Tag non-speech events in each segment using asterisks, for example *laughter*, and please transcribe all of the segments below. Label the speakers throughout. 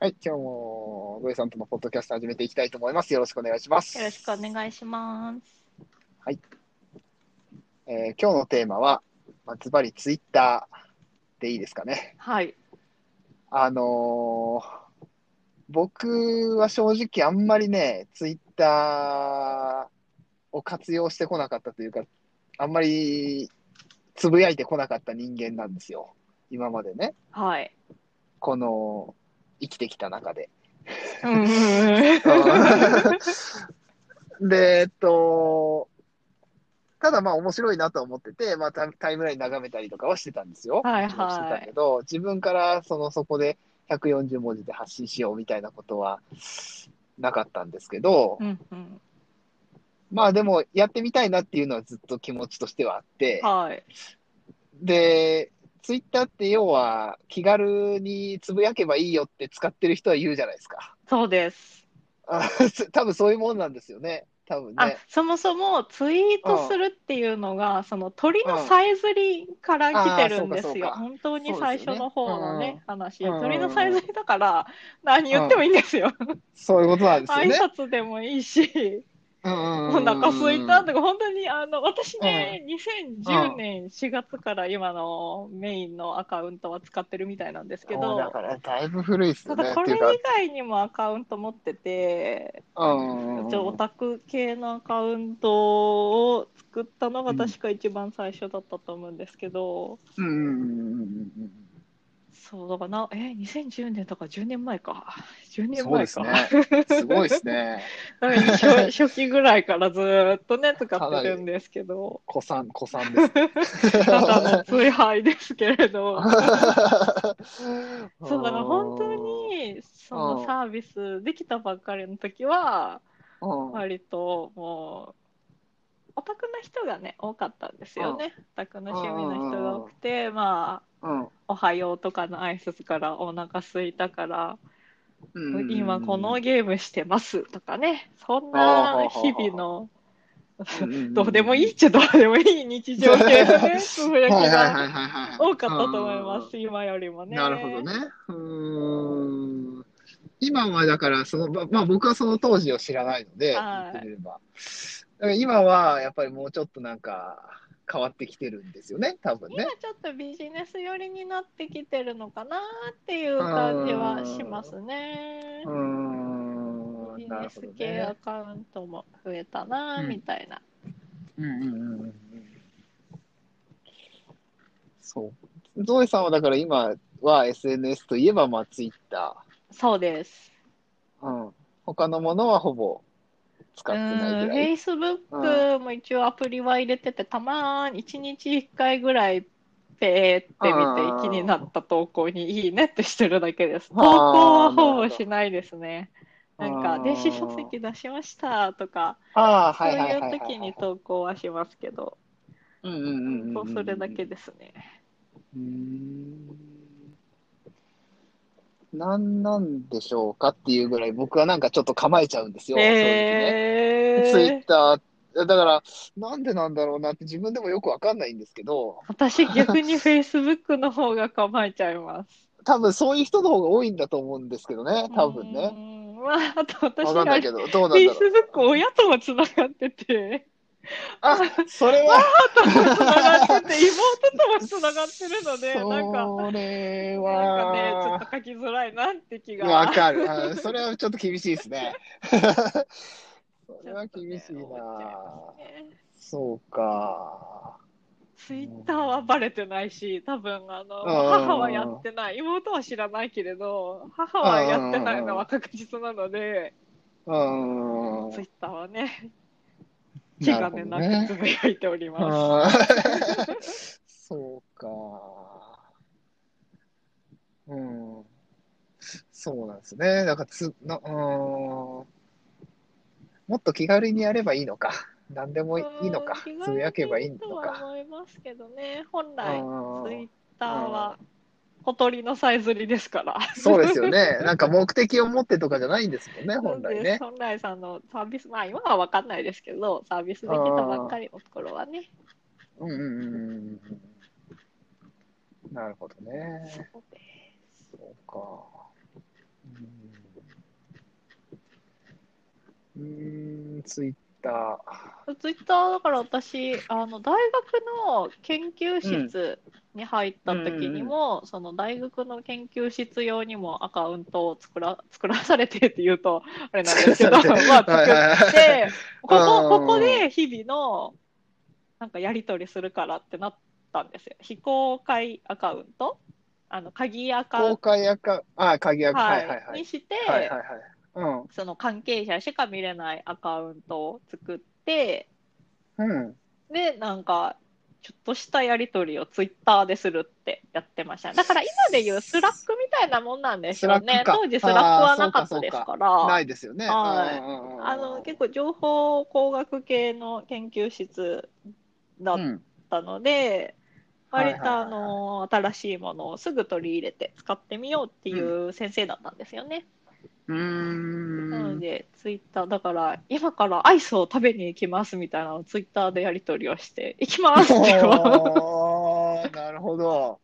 Speaker 1: はい、今日も土井さんとのポッドキャスト始めていきたいと思います。よろしくお願いします。
Speaker 2: よろしくお願いします。
Speaker 1: えー今日のテーマは、まあ、ズバリツイッターでいいですかね。
Speaker 2: はい。
Speaker 1: あのー僕は正直あんまりね、ツイッターを活用してこなかったというか、あんまりつぶやいてこなかった人間なんですよ。今までね、
Speaker 2: はい。
Speaker 1: この生きてきた中で。
Speaker 2: うんうん
Speaker 1: で、えっと、ただまあ面白いなとは思ってて、まあタイタイムライン眺めたりとかはしてたんですよ。
Speaker 2: はいはい
Speaker 1: してたけど、自分からそのそこで140文字で発信しようみたいなことはなかったんですけど、
Speaker 2: うん。
Speaker 1: まあでもやってみたいなっていうのはずっと気持ちとしてはあって、
Speaker 2: はい。
Speaker 1: で、ツイッターって要は気軽につぶやけばいいよって使ってる人は言うじゃないですか。
Speaker 2: そうです。
Speaker 1: あ *laughs* 多分そういうもんなんですよね。多分
Speaker 2: あ
Speaker 1: ね。、
Speaker 2: そもそもツイートするっていうのが、その鳥のさえずりから来てるんです
Speaker 1: うんあーそうかそう
Speaker 2: よ。
Speaker 1: か
Speaker 2: 本当に最初の方のね、話で
Speaker 1: うん
Speaker 2: 鳥のさえずりだから、何言ってもいいんですよ。
Speaker 1: そういうことなんですよ
Speaker 2: 挨
Speaker 1: ね。
Speaker 2: 拶でもいいし、
Speaker 1: お
Speaker 2: お腹すいたとか、本当に、あの、私ね、2010年4月から今のメインのアカウントは使ってるみたいなんですけ
Speaker 1: もう
Speaker 2: ど、
Speaker 1: だからだいぶ古いです
Speaker 2: た
Speaker 1: よね。
Speaker 2: だ
Speaker 1: っ
Speaker 2: こ
Speaker 1: て
Speaker 2: れ
Speaker 1: いう
Speaker 2: 以
Speaker 1: か、
Speaker 2: 外にもアカウント持ってて、
Speaker 1: うんうん
Speaker 2: ちょオタク系のアカウントを作ったのが確か一番最初だったと思うんですけど、
Speaker 1: うんうんうんうんうん。
Speaker 2: そうだからなえ2010年とか10年前か10年
Speaker 1: そう
Speaker 2: 前
Speaker 1: で
Speaker 2: か
Speaker 1: すね。すごいですね。
Speaker 2: だから初
Speaker 1: *laughs*
Speaker 2: 初期ぐらいからずーっとね使ってるんですけど
Speaker 1: 子さん、子さん
Speaker 2: *laughs*
Speaker 1: です。
Speaker 2: ただの追敗ですけれど
Speaker 1: そ
Speaker 2: そうだから本当、にそ
Speaker 1: うん
Speaker 2: のサービスできたばっかりの時は
Speaker 1: うん
Speaker 2: 割ともうオタクな人がね多かったんですよねオタクの趣味の人が多くてまあ
Speaker 1: うん
Speaker 2: 「おはよう」とかの挨拶から「お腹すいたから
Speaker 1: うん
Speaker 2: 今このゲームしてます」とかねそ
Speaker 1: あ
Speaker 2: ん
Speaker 1: ー
Speaker 2: な
Speaker 1: はーはー
Speaker 2: 日
Speaker 1: はー
Speaker 2: 々の
Speaker 1: ん
Speaker 2: どうでもいいっちゃどうでもいい日常系のねつぶやき
Speaker 1: はいはい
Speaker 2: が
Speaker 1: はいはいはい
Speaker 2: 多かったと思います今よりもね。
Speaker 1: なるほどね。うーん。今はだからその、ままあ僕はその当時を知らないので、
Speaker 2: はい
Speaker 1: 言ってみれば。だから今はやっぱりもうちょっとなんか変わってきてるんですよね、多分ね
Speaker 2: 今。ちょっとビジネス寄りになってきてるのかなっていう感じはしますね
Speaker 1: う。ー
Speaker 2: ビ
Speaker 1: ん。
Speaker 2: ジ
Speaker 1: な
Speaker 2: ネ
Speaker 1: る
Speaker 2: ス
Speaker 1: ほど
Speaker 2: 系ア
Speaker 1: ね。
Speaker 2: カウントも増えたなみたいな。
Speaker 1: うんうんうんうん。そう。ゾエさんはだから今は SNS といえばまあ Twitter。
Speaker 2: そうです。
Speaker 1: うん。他のものはほぼ使
Speaker 2: う
Speaker 1: っ
Speaker 2: ん、
Speaker 1: てないぐらい。
Speaker 2: Facebook も一応アプリは入れてて、たまーに1日1回ぐらいペーって見
Speaker 1: あー
Speaker 2: て気になった投稿にいいねってしてるだけです。投稿
Speaker 1: あー
Speaker 2: はほぼしないですね。なん
Speaker 1: あ
Speaker 2: か
Speaker 1: ー
Speaker 2: 電子書籍出しましたとか、
Speaker 1: ああ、
Speaker 2: そ
Speaker 1: は
Speaker 2: う
Speaker 1: いはい
Speaker 2: い
Speaker 1: はいは
Speaker 2: う
Speaker 1: いはい。
Speaker 2: 時に投稿はしますけど。
Speaker 1: うんうんうんうん
Speaker 2: そううんそれだけですね。
Speaker 1: うーんなんなんでしょうかっていうぐらい僕はなんかちょっと構えちゃうんですよ、正直
Speaker 2: え
Speaker 1: ね。ツイッ *laughs*
Speaker 2: ー、
Speaker 1: ター、だからなんでなんだろうなって自分でもよくわかんないんですけど、
Speaker 2: 私逆に Facebook の方が構えちゃいます。
Speaker 1: 多分そういう人の方が多いんだと思うんですけどね、多分
Speaker 2: うー
Speaker 1: ね。
Speaker 2: ん。まあ、あと私
Speaker 1: わかんないけ
Speaker 2: ど、
Speaker 1: ど、どうなんだろう。
Speaker 2: Facebook 親ともつながってて、
Speaker 1: あ、それは、
Speaker 2: つながってて、妹ともつながってるので、なんか、
Speaker 1: それ
Speaker 2: なんかね、ちょ
Speaker 1: は
Speaker 2: っ、と書きづらいなって気が。
Speaker 1: わかる。うんそれはちょっと厳しいです
Speaker 2: *laughs*
Speaker 1: ね。それは厳しい
Speaker 2: ちょっとね思っちゃい
Speaker 1: な。
Speaker 2: ますね
Speaker 1: そうか。
Speaker 2: ツイッターはバレてないし、多分あの
Speaker 1: うん
Speaker 2: 母はやってない、妹は知らないけれど、母はやってないのは確実なので、
Speaker 1: うーん。
Speaker 2: ツイッターはね、気兼ねな
Speaker 1: る
Speaker 2: くつぶやいており
Speaker 1: ほど
Speaker 2: ま
Speaker 1: ね。うんそうか。うん。そうなんですね。なんかつ、な、うーん。もっと気軽にやればいいのか。何でも
Speaker 2: す。
Speaker 1: いいのか。つぶやけばいいの
Speaker 2: とは
Speaker 1: か。
Speaker 2: 思いますけどね、本
Speaker 1: う
Speaker 2: 来、ツ
Speaker 1: ー
Speaker 2: イ
Speaker 1: ん
Speaker 2: ッターは小鳥のさえずりですから。
Speaker 1: そうです
Speaker 2: *laughs*
Speaker 1: よね。なんか目的を持ってとかじゃないんですもんね、本来ね。
Speaker 2: 本来さんのサービス、まあ今は分かんないですけど、サービスできたばっかりのところはね、
Speaker 1: うんうんうんうんうんうん。なるほどね。
Speaker 2: そうです
Speaker 1: そうか。うんうーん、ツイッター。
Speaker 2: ツイッターだから私あの大学の研究室に入った時にも、その大学の研究室用にもアカウントを作ら作らされてって言うとあれなんですけど *laughs* まあ
Speaker 1: 作
Speaker 2: 作
Speaker 1: ら
Speaker 2: っ
Speaker 1: され *laughs* てはい *laughs*
Speaker 2: てここ
Speaker 1: うん
Speaker 2: ここで日々のなんかやり取りするからってなったんですよ非公開アカウントあの鍵アカ
Speaker 1: 公開アカ、あ、鍵アカ、
Speaker 2: は
Speaker 1: はいいはいはい
Speaker 2: に。して、
Speaker 1: はいはいはい。
Speaker 2: その関係者しか見れないアカウントを作って。
Speaker 1: うん。うん。
Speaker 2: で、なんか、ちょっとしたやり取りをツイッターでするってやってました。だから今で言うスラックみたいなもんなんでしょう
Speaker 1: スラッ
Speaker 2: ね。
Speaker 1: クか
Speaker 2: 当時スラックはなかったですから。
Speaker 1: ないですよね。
Speaker 2: はい
Speaker 1: うん
Speaker 2: あの結構情報工学系の研究室だ
Speaker 1: う
Speaker 2: っ
Speaker 1: ん
Speaker 2: たので、
Speaker 1: はいはい
Speaker 2: 割
Speaker 1: はい
Speaker 2: とあの新しいものをすぐ取り入れて使ってみようっていう先生だったんですよね。
Speaker 1: う
Speaker 2: な
Speaker 1: ー
Speaker 2: の
Speaker 1: ん。
Speaker 2: でツイッターだから今からアイスを食べに行きますみたいなのをツイッターでやり取りをして行きますっていう
Speaker 1: おーなるほど。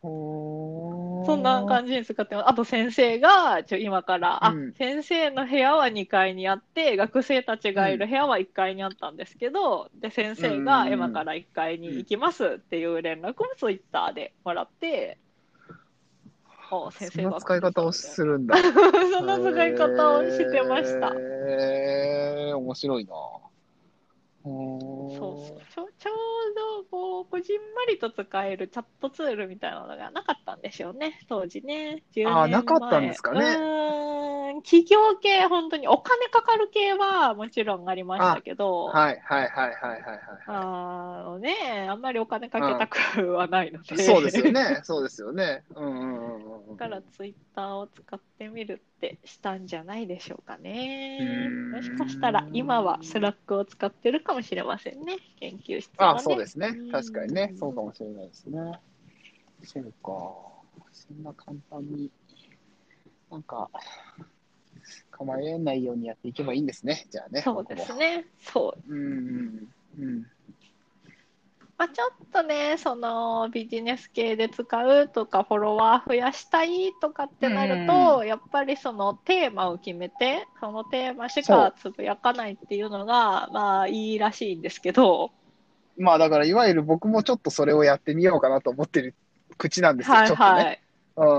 Speaker 1: ほー
Speaker 2: そんな感じに使ってます。あと先生が、ちょ今から、あ、
Speaker 1: うん
Speaker 2: 先生の部屋は2階にあって、学生たちがいる部屋は1階にあったんですけど、で、先生
Speaker 1: うん
Speaker 2: が
Speaker 1: うんうん
Speaker 2: 今から1階に行きますっていう連絡もツイッターでもらって、お先
Speaker 1: そん
Speaker 2: 生が。
Speaker 1: な使い方をするんだ。
Speaker 2: *laughs* そんな使い方をしてました。
Speaker 1: へー面白いな。
Speaker 2: そうそ
Speaker 1: そう
Speaker 2: ちょちょうどこうこじんまりと使えるチャットツールみたいなのがなかったんでしょうね当時ね10年前
Speaker 1: あーなかったんですかね
Speaker 2: うーん企業系本当にお金かかる系はもちろんありましたけど
Speaker 1: はいはいはいはいはいは
Speaker 2: あのねあんまりお金かけたくはないので、
Speaker 1: い。そうですよね。そうですよね。うんうんうんうん。
Speaker 2: だからツイッターを使ってみるってしたんじゃないでしょうかね
Speaker 1: うーん
Speaker 2: もしかしたら今はスラックを使ってるかもしれませんね研究室は
Speaker 1: あ
Speaker 2: ね
Speaker 1: そうですね
Speaker 2: う。ん
Speaker 1: 確かにね。そうかもしれないですね。そうか。そんな簡単に、なんか、構えないようにやっていけばいいんですね。じゃあね。
Speaker 2: そうですねそう
Speaker 1: 僕も。うんうんうん。
Speaker 2: まあ、ちょっとね、そのビジネス系で使うとか、フォロワー増やしたいとかってなると、やっぱりそのテーマを決めて、そのテーマしかつぶやかないっていうのが、まあいいらしいんですけど、
Speaker 1: まあだから、いわゆる僕もちょっとそれをやってみようかなと思ってる口なんですよ。
Speaker 2: はい
Speaker 1: ちょっと
Speaker 2: はい。
Speaker 1: ね。
Speaker 2: うん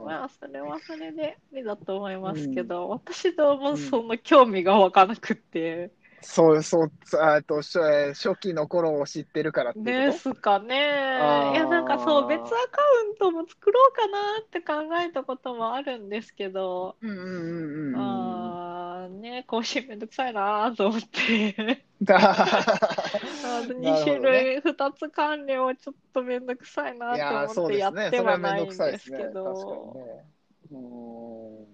Speaker 1: うん
Speaker 2: まあ、それはそれでいいだと思いますけど、私どう
Speaker 1: う
Speaker 2: も
Speaker 1: ん
Speaker 2: その興味が湧かなくて、
Speaker 1: そうそう、あと初えー初期の頃を知ってるからっていうこと
Speaker 2: ですかね。い
Speaker 1: あー
Speaker 2: や、なんかそう、別アカウントも作ろうかなって考えたこともあるんですけど、
Speaker 1: うんうんうんうんうん。
Speaker 2: あーね、更新めんどくさいなーと
Speaker 1: *laughs*
Speaker 2: 思って、あと2種類、2つ管理はちょっとめんどくさいなー
Speaker 1: いやー
Speaker 2: と
Speaker 1: そ
Speaker 2: 思っ
Speaker 1: う
Speaker 2: て
Speaker 1: で
Speaker 2: や
Speaker 1: す
Speaker 2: っ
Speaker 1: ね。
Speaker 2: て
Speaker 1: それ
Speaker 2: は
Speaker 1: はめん
Speaker 2: ない
Speaker 1: ど
Speaker 2: ん
Speaker 1: くさい
Speaker 2: で
Speaker 1: ですすね。
Speaker 2: け
Speaker 1: 確かにね。
Speaker 2: ど、
Speaker 1: うーん。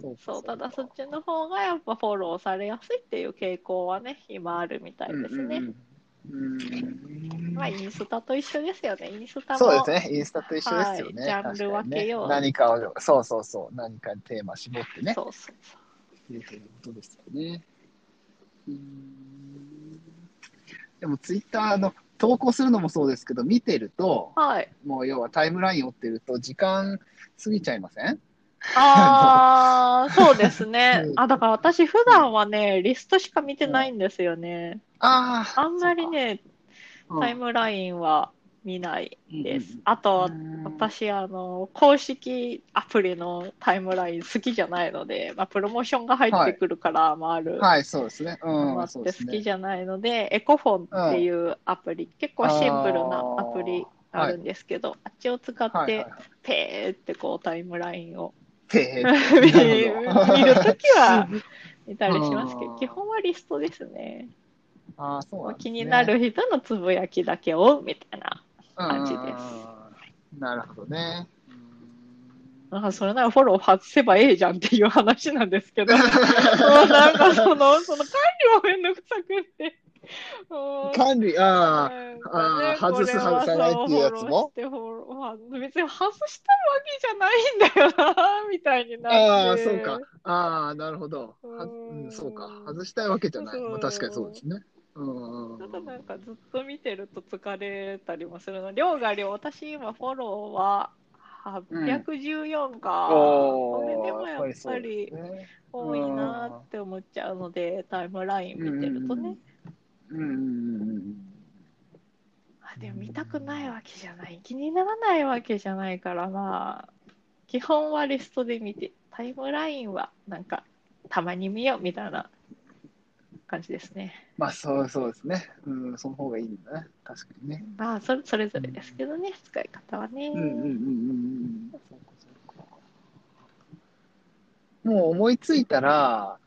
Speaker 1: そうか
Speaker 2: そう、ただそ
Speaker 1: そう
Speaker 2: っ
Speaker 1: か
Speaker 2: ちの方がやっぱフォローされやすいっていう傾向はね、今あるみたいですね。
Speaker 1: うんうんうん
Speaker 2: まあ、インスタと一緒ですよね、インスタ
Speaker 1: そう
Speaker 2: も。
Speaker 1: ですね。インスタと一緒ですよね。
Speaker 2: はいジャンル分けよ
Speaker 1: 確
Speaker 2: う
Speaker 1: かにね何かを、そうそうそう。何かテーマ絞ってね。
Speaker 2: そうそうそう
Speaker 1: っていうことですよね。うーんでもツイッターの投稿するのもそうですけど、見てると、
Speaker 2: はい。
Speaker 1: もう要はタイムライン追ってると時間過ぎちゃいません。
Speaker 2: あー、そうです
Speaker 1: *laughs*
Speaker 2: ね
Speaker 1: うん
Speaker 2: あ、だから私普段はね、リストしか見てないんですよね。
Speaker 1: ああ。
Speaker 2: あんまりね、
Speaker 1: そうか、
Speaker 2: タイムラインは見ないです。
Speaker 1: う
Speaker 2: あ
Speaker 1: ん
Speaker 2: と、
Speaker 1: うん
Speaker 2: 私、あの、公式アプリのタイムライン好きじゃないので、まあ、プロモーションが入ってくるから、まあ、ある
Speaker 1: はい、そうですね。
Speaker 2: も
Speaker 1: う
Speaker 2: の
Speaker 1: ん、
Speaker 2: って
Speaker 1: そう
Speaker 2: 好
Speaker 1: です
Speaker 2: き
Speaker 1: ね。
Speaker 2: じゃないので、エコフォンっていうアプリ、結構シンプルなアプリあるんですけど、あっちを使っ
Speaker 1: はいはい
Speaker 2: て
Speaker 1: は、
Speaker 2: ペーってこうタイムライン
Speaker 1: *laughs*
Speaker 2: を
Speaker 1: い。へ
Speaker 2: 見 *laughs*
Speaker 1: ーなるほど
Speaker 2: るときは見たりします
Speaker 1: *laughs*
Speaker 2: け
Speaker 1: う
Speaker 2: ど、
Speaker 1: ん
Speaker 2: 基本はリストですね。
Speaker 1: ああ、そうなんですね
Speaker 2: 気になる人のつぶやきだけをみたいな。感じです
Speaker 1: うんなるほどね。うん
Speaker 2: なんかそれならフォロー外せばええじゃんっていう話なんで
Speaker 1: *laughs*
Speaker 2: すけど、もうなんかその、 *laughs* その管理はめんどくさ
Speaker 1: *laughs*
Speaker 2: くって。もう
Speaker 1: 管理、あ
Speaker 2: *laughs*
Speaker 1: あ、
Speaker 2: なん
Speaker 1: あ
Speaker 2: かね
Speaker 1: ー外す
Speaker 2: これは
Speaker 1: 外さないっていうやつも
Speaker 2: そうフォローしてフォロー別に外してるわけじゃないんだよな、みたいになって。
Speaker 1: ああ、そうか。ああ、なるほど。は
Speaker 2: うん
Speaker 1: うん、そうか。外したいわけじゃない。
Speaker 2: そう
Speaker 1: まあ、確かにそうですね。うん。
Speaker 2: ただなんかずっと見てると疲れたりもするの。量が量、私今フォローは814か、
Speaker 1: お
Speaker 2: こ
Speaker 1: ー
Speaker 2: れでもやっぱ
Speaker 1: やっ
Speaker 2: り
Speaker 1: ぱそうですね
Speaker 2: 多いなーって思っちゃうのでタイムライン見てるとね、
Speaker 1: うんうんうんうんうん
Speaker 2: あでも見たくないわけじゃない気にならないわけじゃないからまあ基本はリストで見てタイムラインはなんかたまに見ようみたいな感じですね
Speaker 1: まあそうそうですね。うん、その方がいいんだね。確かにね。
Speaker 2: まあそれそれぞれですけどね使い方はね、
Speaker 1: うんうんうんうんうん。そうかそうか。もう思いついたら、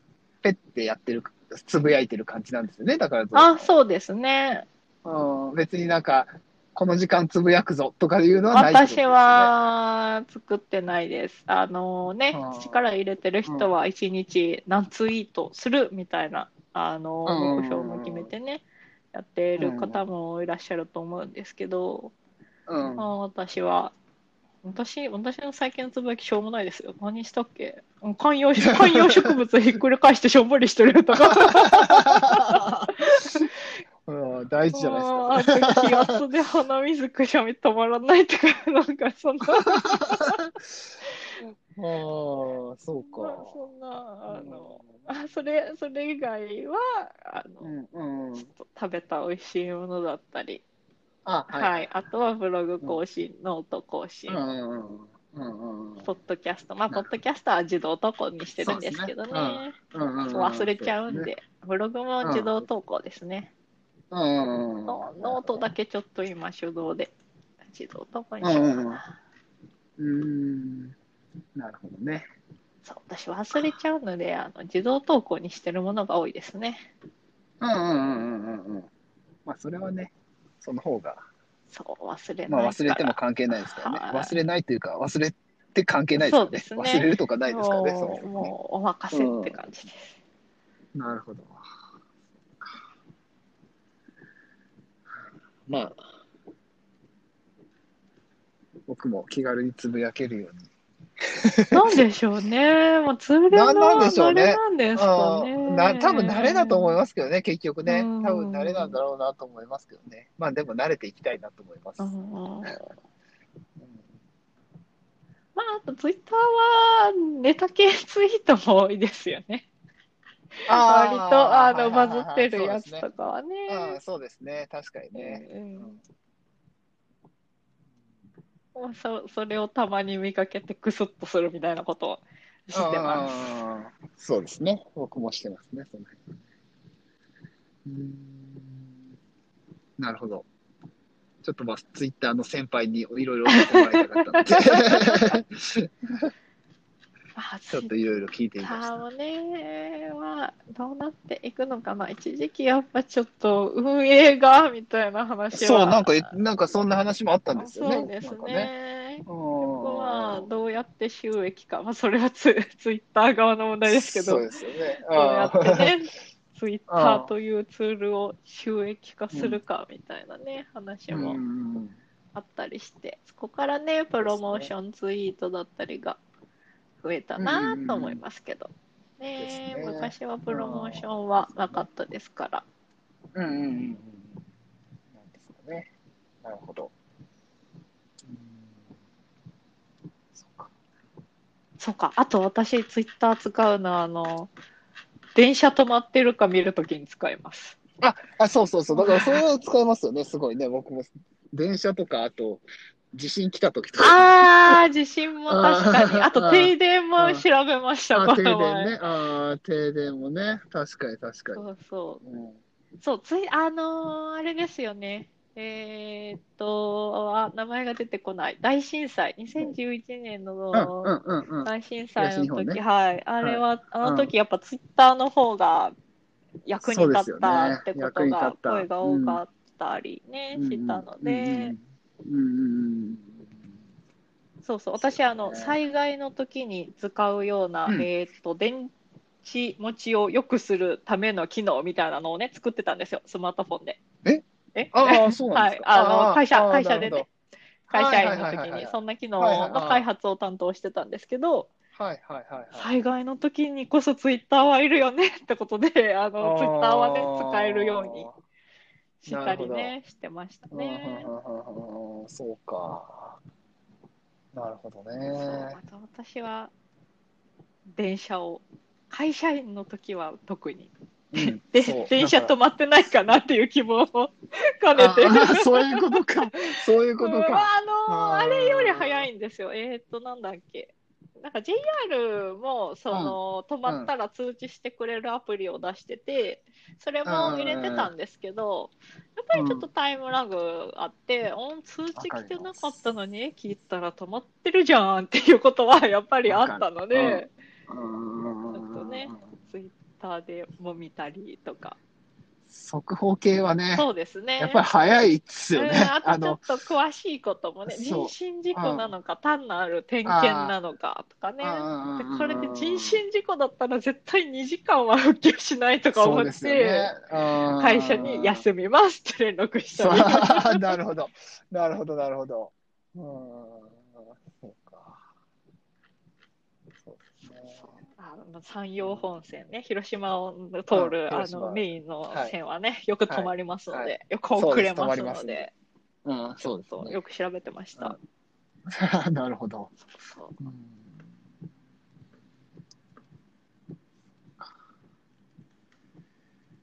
Speaker 1: ペッてやってる、つぶやいてる感じなんですよね。だからどう
Speaker 2: あそうですね
Speaker 1: うん、別になんか、この時間つぶやくぞとかいうのはないってことです
Speaker 2: 私
Speaker 1: ね、
Speaker 2: は作ってないですあのね
Speaker 1: うん
Speaker 2: 力入れてる人は1日何ツイートするみたいなあの
Speaker 1: うん
Speaker 2: 目標も決めてねやっている方もいらっしゃると思うんですけど、
Speaker 1: うん
Speaker 2: ま。あ、私は、私、私の最近のつぶやきしょうもないですよ。何したっけうん観
Speaker 1: *laughs*
Speaker 2: 葉植観葉植物ひっくり返してしょんぼりしてるとか。
Speaker 1: うん、大 *laughs* 事じゃないですか。
Speaker 2: あーあと気圧で鼻水くしゃみ止まらないとか、なんかそんな、
Speaker 1: ああー、そうか。
Speaker 2: そんな、あの、あそれ、それ以外は、あ
Speaker 1: う
Speaker 2: の、
Speaker 1: んうん。
Speaker 2: ちょっと食べた美味しいものだったり、
Speaker 1: あ、
Speaker 2: はい、
Speaker 1: はい。
Speaker 2: あとはブログ更新、ノート更新、
Speaker 1: うんうんうんうん。
Speaker 2: ポッドキャスト、まあ、ポッドキャストは自動投稿にしてるんですけど
Speaker 1: そうです
Speaker 2: ね。忘
Speaker 1: 忘
Speaker 2: れちゃうん。で、ブログも自動投稿ですね。
Speaker 1: うんうんうん。
Speaker 2: ノノートだけちょっと今手動で自動投稿に
Speaker 1: う
Speaker 2: しよ
Speaker 1: ん
Speaker 2: う
Speaker 1: う
Speaker 2: かな。
Speaker 1: んうん。うーん。なるほどね。
Speaker 2: そう私忘れちゃうのであの自動投稿にしてるものが多いですね。
Speaker 1: うんうんうんうんうんうん。まあそれはね、その方が、
Speaker 2: そう忘れないから。
Speaker 1: まあ忘れても関係ないですからね。
Speaker 2: はい
Speaker 1: 忘れないというか、忘れて関係ないですからね。
Speaker 2: そうですね
Speaker 1: 忘れるとかないですからね。
Speaker 2: も
Speaker 1: そうう
Speaker 2: もうお任せって感じです。
Speaker 1: なるほど。まあ、僕も気軽につぶやけるように。
Speaker 2: なんでしょうね。もう通れ
Speaker 1: な
Speaker 2: の
Speaker 1: なんでしょう
Speaker 2: 慣
Speaker 1: ね
Speaker 2: れなんですか
Speaker 1: う
Speaker 2: ね。
Speaker 1: んな多分慣れだと思いますけどね、結局ね、
Speaker 2: うん
Speaker 1: 多分慣れなんだろうなと思いますけどね、まあでも慣れていきたいなと思います。
Speaker 2: う
Speaker 1: うん
Speaker 2: んまあ、あとツイッターはネタ系ツイートも多いですよね。割とあのバズってるやつとかは
Speaker 1: あーはいはいはいはい
Speaker 2: ね。
Speaker 1: そうですね、うんそうですね確かにね。
Speaker 2: うんまあそそれをたまに見かけてクスッとするみたいなことをしてます。
Speaker 1: す。そうですね、僕もしてますね、その辺うーんなるほど。ちょっとまあ、ツイッターの先輩にいろいろ教えてもらいたかった
Speaker 2: *laughs*
Speaker 1: ので、
Speaker 2: まあ、
Speaker 1: ち
Speaker 2: ツ
Speaker 1: ょっ
Speaker 2: イッ
Speaker 1: といろいろ聞いて
Speaker 2: タ
Speaker 1: みました
Speaker 2: ー。もね、まあ、どうなっていくのかな。一時期やっぱちょっと運営がみたいな話は。
Speaker 1: そう、なんか、なんかそんな話もあったんですよね。
Speaker 2: そうです
Speaker 1: なんかね。
Speaker 2: ね。
Speaker 1: う
Speaker 2: ここは
Speaker 1: ん
Speaker 2: どうやって収益か、まあ、それはツツイッター側の問題ですけど
Speaker 1: そう、ですよね。
Speaker 2: どうやって
Speaker 1: *laughs*
Speaker 2: *laughs*
Speaker 1: あ
Speaker 2: ね、ツイッターというツールを収益化するかみたいなね、話
Speaker 1: ーう
Speaker 2: も
Speaker 1: ん
Speaker 2: あったりして、そこからね、プロモーションツイートだったりが増えたなと思いますけど、ね
Speaker 1: ですね
Speaker 2: 昔はプロモーションはなかったですから、
Speaker 1: うんうんうんうん。なんですかね。なるほど。うんそっか
Speaker 2: そうか、あと私、ツイッター使うのは、あの、電車止まってるか見るときに使います。
Speaker 1: あ、そうそうそう。だからそれを使いますよね。すごいね。僕も電車とか、あと、地震来た時とか。
Speaker 2: あー、地震も確かに。あと、停電も調べました、
Speaker 1: あ
Speaker 2: こ
Speaker 1: 停電
Speaker 2: の前。
Speaker 1: ね。ああ、停電もね。確かに確かに。
Speaker 2: そうそう。
Speaker 1: うん
Speaker 2: そう、つい、あのーあれですよね。えーっと、あ、名前が出てこない。大震災、2011年
Speaker 1: うんう
Speaker 2: の
Speaker 1: んうんうん。
Speaker 2: 大震災の
Speaker 1: 東日本
Speaker 2: 時、
Speaker 1: ね
Speaker 2: はい。あれは、あの時やっぱツイッターの方が役に立ったってこ
Speaker 1: そう
Speaker 2: と
Speaker 1: ですよね役に立
Speaker 2: が
Speaker 1: った
Speaker 2: 声が多かったりね、したので、
Speaker 1: うんうん
Speaker 2: そうそう、私、あの、
Speaker 1: そうね
Speaker 2: 災害の時に使うような、
Speaker 1: うん
Speaker 2: えーっと、電池持ちを良くするための機能みたいなのをね、作ってたんですよ、スマートフォンで。
Speaker 1: え
Speaker 2: え
Speaker 1: ああ、そうなん
Speaker 2: は
Speaker 1: です
Speaker 2: い、
Speaker 1: か。
Speaker 2: あ
Speaker 1: あ
Speaker 2: の
Speaker 1: あ
Speaker 2: 会社
Speaker 1: ああ
Speaker 2: 会社でね、
Speaker 1: な
Speaker 2: 会
Speaker 1: るほど
Speaker 2: 社員の
Speaker 1: はいはいは
Speaker 2: 時
Speaker 1: い
Speaker 2: に
Speaker 1: はい
Speaker 2: そんな機
Speaker 1: はいは
Speaker 2: 能
Speaker 1: い
Speaker 2: の開発を担当してたんですけど、
Speaker 1: はいはいはいはい。
Speaker 2: 災害の時にこそツイッターはいるよねってことで、 *laughs* あ
Speaker 1: あ
Speaker 2: のツイッターはね使えるようにしたり
Speaker 1: なる
Speaker 2: ねしてました
Speaker 1: ほど。うんうん
Speaker 2: ね。
Speaker 1: うんうんうんそうか。なるほど
Speaker 2: そう
Speaker 1: ね
Speaker 2: あ。と私は電車を会社員の時は特に
Speaker 1: うん
Speaker 2: で
Speaker 1: そう
Speaker 2: 電車
Speaker 1: だか
Speaker 2: 止まってないかなっていう希望も *laughs* 兼ね
Speaker 1: ら
Speaker 2: て
Speaker 1: ああそういう
Speaker 2: *laughs*
Speaker 1: ことか。そういうこと
Speaker 2: うんま
Speaker 1: か。
Speaker 2: あ、あのー
Speaker 1: あー
Speaker 2: あれより早いんですよ。えーっと、なんだっけ。なんか JR もその、止まったら通知してくれるアプリを出してて、それも入れてたんですけど、やっぱりちょっとタイムラグあって、うん、通知来てなかったのに駅行ったら止まってるじゃんっていうことは *laughs* やっぱりあったの
Speaker 1: わか
Speaker 2: で、
Speaker 1: うん
Speaker 2: ちょっとねツイッターでも見たりとか。
Speaker 1: 速報系はね、
Speaker 2: そうです
Speaker 1: *laughs*
Speaker 2: ね。
Speaker 1: やっぱり早いっすよね。
Speaker 2: うんあ
Speaker 1: あ
Speaker 2: とちょっ
Speaker 1: の、
Speaker 2: と詳しいこともね、
Speaker 1: そう
Speaker 2: 人身事故なのか、単なる点検なのかとかね、で
Speaker 1: うん
Speaker 2: これで人身事故だったら絶対2時間は復旧しないとか思って、会
Speaker 1: 会
Speaker 2: 社に休みますって連絡したり、
Speaker 1: そう *laughs* なるほど、なるほど、なるほど。うん、そうか。そうですね。
Speaker 2: あの山陽本線ね、広島を通
Speaker 1: うん
Speaker 2: るあ
Speaker 1: 広島
Speaker 2: のメインの線はね、よく止まりますので、
Speaker 1: はいは
Speaker 2: よく遅
Speaker 1: そう
Speaker 2: れます
Speaker 1: です止まりま
Speaker 2: の
Speaker 1: す
Speaker 2: で、
Speaker 1: ねうん、そうです
Speaker 2: そう
Speaker 1: ね
Speaker 2: よく調べてました。
Speaker 1: うん *laughs* なるほど。
Speaker 2: そう
Speaker 1: うん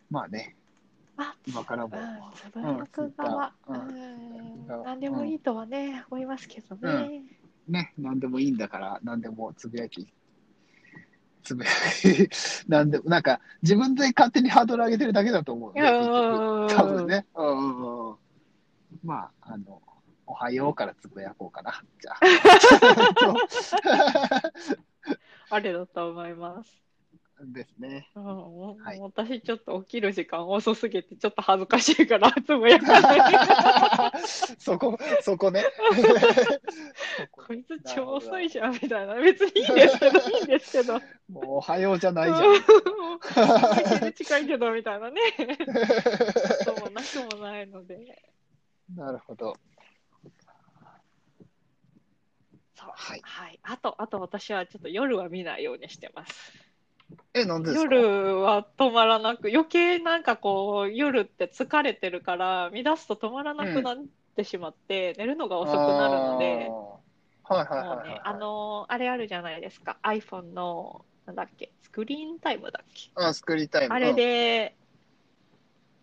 Speaker 1: まあね、
Speaker 2: あ
Speaker 1: 今からも。
Speaker 2: うん、つぶやく側、
Speaker 1: う
Speaker 2: うんん
Speaker 1: ツイうん
Speaker 2: 何でもいいとはね、思いますけどね。
Speaker 1: ね、何でもいいんだから、何でもつぶやき。つぶやき。 *laughs* 何でも、なんか、自分で勝手にハードル上げてるだけだと思う、
Speaker 2: う
Speaker 1: ね。
Speaker 2: ん
Speaker 1: 結局多分ね。うんうんうん。まあ、あの、おはようからつぶやこうかな。じゃ
Speaker 2: *laughs*
Speaker 1: あ。
Speaker 2: あれだと思います。
Speaker 1: ですね。 *laughs*
Speaker 2: うん、
Speaker 1: はい
Speaker 2: 私ちょっと起きる時間遅すぎてちょっと恥ずかしいからつぶやかない。
Speaker 1: そこ、そこね。そこ
Speaker 2: こいつ超遅いじゃんみたいな。別にいいんですけど、いいんですけど。
Speaker 1: もうおはようじゃないじゃん。
Speaker 2: うん近いけどみたいなね。そうもなくもないので。
Speaker 1: なるほど。
Speaker 2: そう
Speaker 1: はい
Speaker 2: はい。あと、あと私はちょっと夜は見ないようにしてます。
Speaker 1: え、なんでですか
Speaker 2: 夜は止まらなく余計なんかこう夜って疲れてるから乱すと止まらなくなってしまって、寝るのが遅くなるので
Speaker 1: あー。はいはい
Speaker 2: も
Speaker 1: は
Speaker 2: う
Speaker 1: い、はい
Speaker 2: ねあのーあれあるじゃないですか iPhone のなんだっけスクリーンタイムだっけ
Speaker 1: あ、作りたい。
Speaker 2: あれ
Speaker 1: うん、
Speaker 2: で、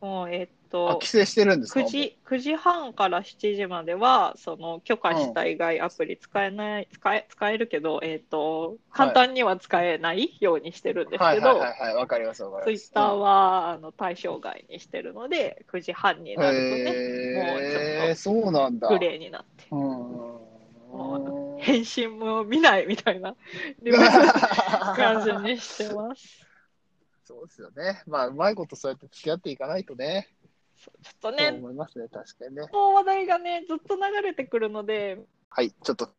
Speaker 2: もうえっ
Speaker 1: あ、
Speaker 2: と
Speaker 1: 規制してるんですか
Speaker 2: 9時 ,9 時半から7時まではその許可した以外アプリ使えない、使え使えるけど、えっと簡単には使えないようにしてるんです
Speaker 1: は
Speaker 2: け
Speaker 1: いはい
Speaker 2: ど
Speaker 1: は。いはい、わかりますわか
Speaker 2: ツ
Speaker 1: り
Speaker 2: イ
Speaker 1: ま
Speaker 2: ッ
Speaker 1: す。
Speaker 2: ターはあの対象外にしてるので、9時半になるとね、
Speaker 1: へ
Speaker 2: も
Speaker 1: え、そうなんだ。
Speaker 2: グレーになって、
Speaker 1: うん。
Speaker 2: 返信も見ないみた
Speaker 1: *laughs*
Speaker 2: いな感じにしてます。
Speaker 1: そうですよね。まあ、うまいことそうやって付き合っていかないとね。
Speaker 2: そうちょっと
Speaker 1: そう
Speaker 2: ね、
Speaker 1: 思いますね、確かにね。
Speaker 2: この話題がね、ずっと流れてくるので、
Speaker 1: はい、ちょっと、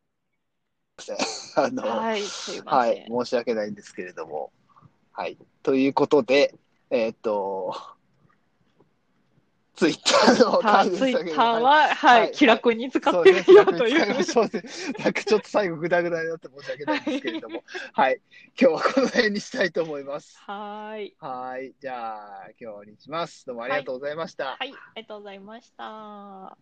Speaker 1: すいませんあの、
Speaker 2: はい、すいま
Speaker 1: は
Speaker 2: せん。
Speaker 1: い、申し訳ないんですけれども。はい。ということで、えーっと、ツイッターの
Speaker 2: た
Speaker 1: 回で
Speaker 2: ツイ
Speaker 1: したけ
Speaker 2: ッ
Speaker 1: ど
Speaker 2: ターは、はい
Speaker 1: はい
Speaker 2: 気楽に使
Speaker 1: そ
Speaker 2: っ
Speaker 1: う
Speaker 2: て
Speaker 1: です
Speaker 2: るよという。
Speaker 1: ね、そうですなんかちょっと最後グダグダになって申し訳ないんですけれど
Speaker 2: *laughs*
Speaker 1: も、はい、今日はこの辺にしたいと思います。
Speaker 2: はい、
Speaker 1: はい、じゃあ今日は終わりにします。どうもありがとうございました。
Speaker 2: はい、ありがとうございました。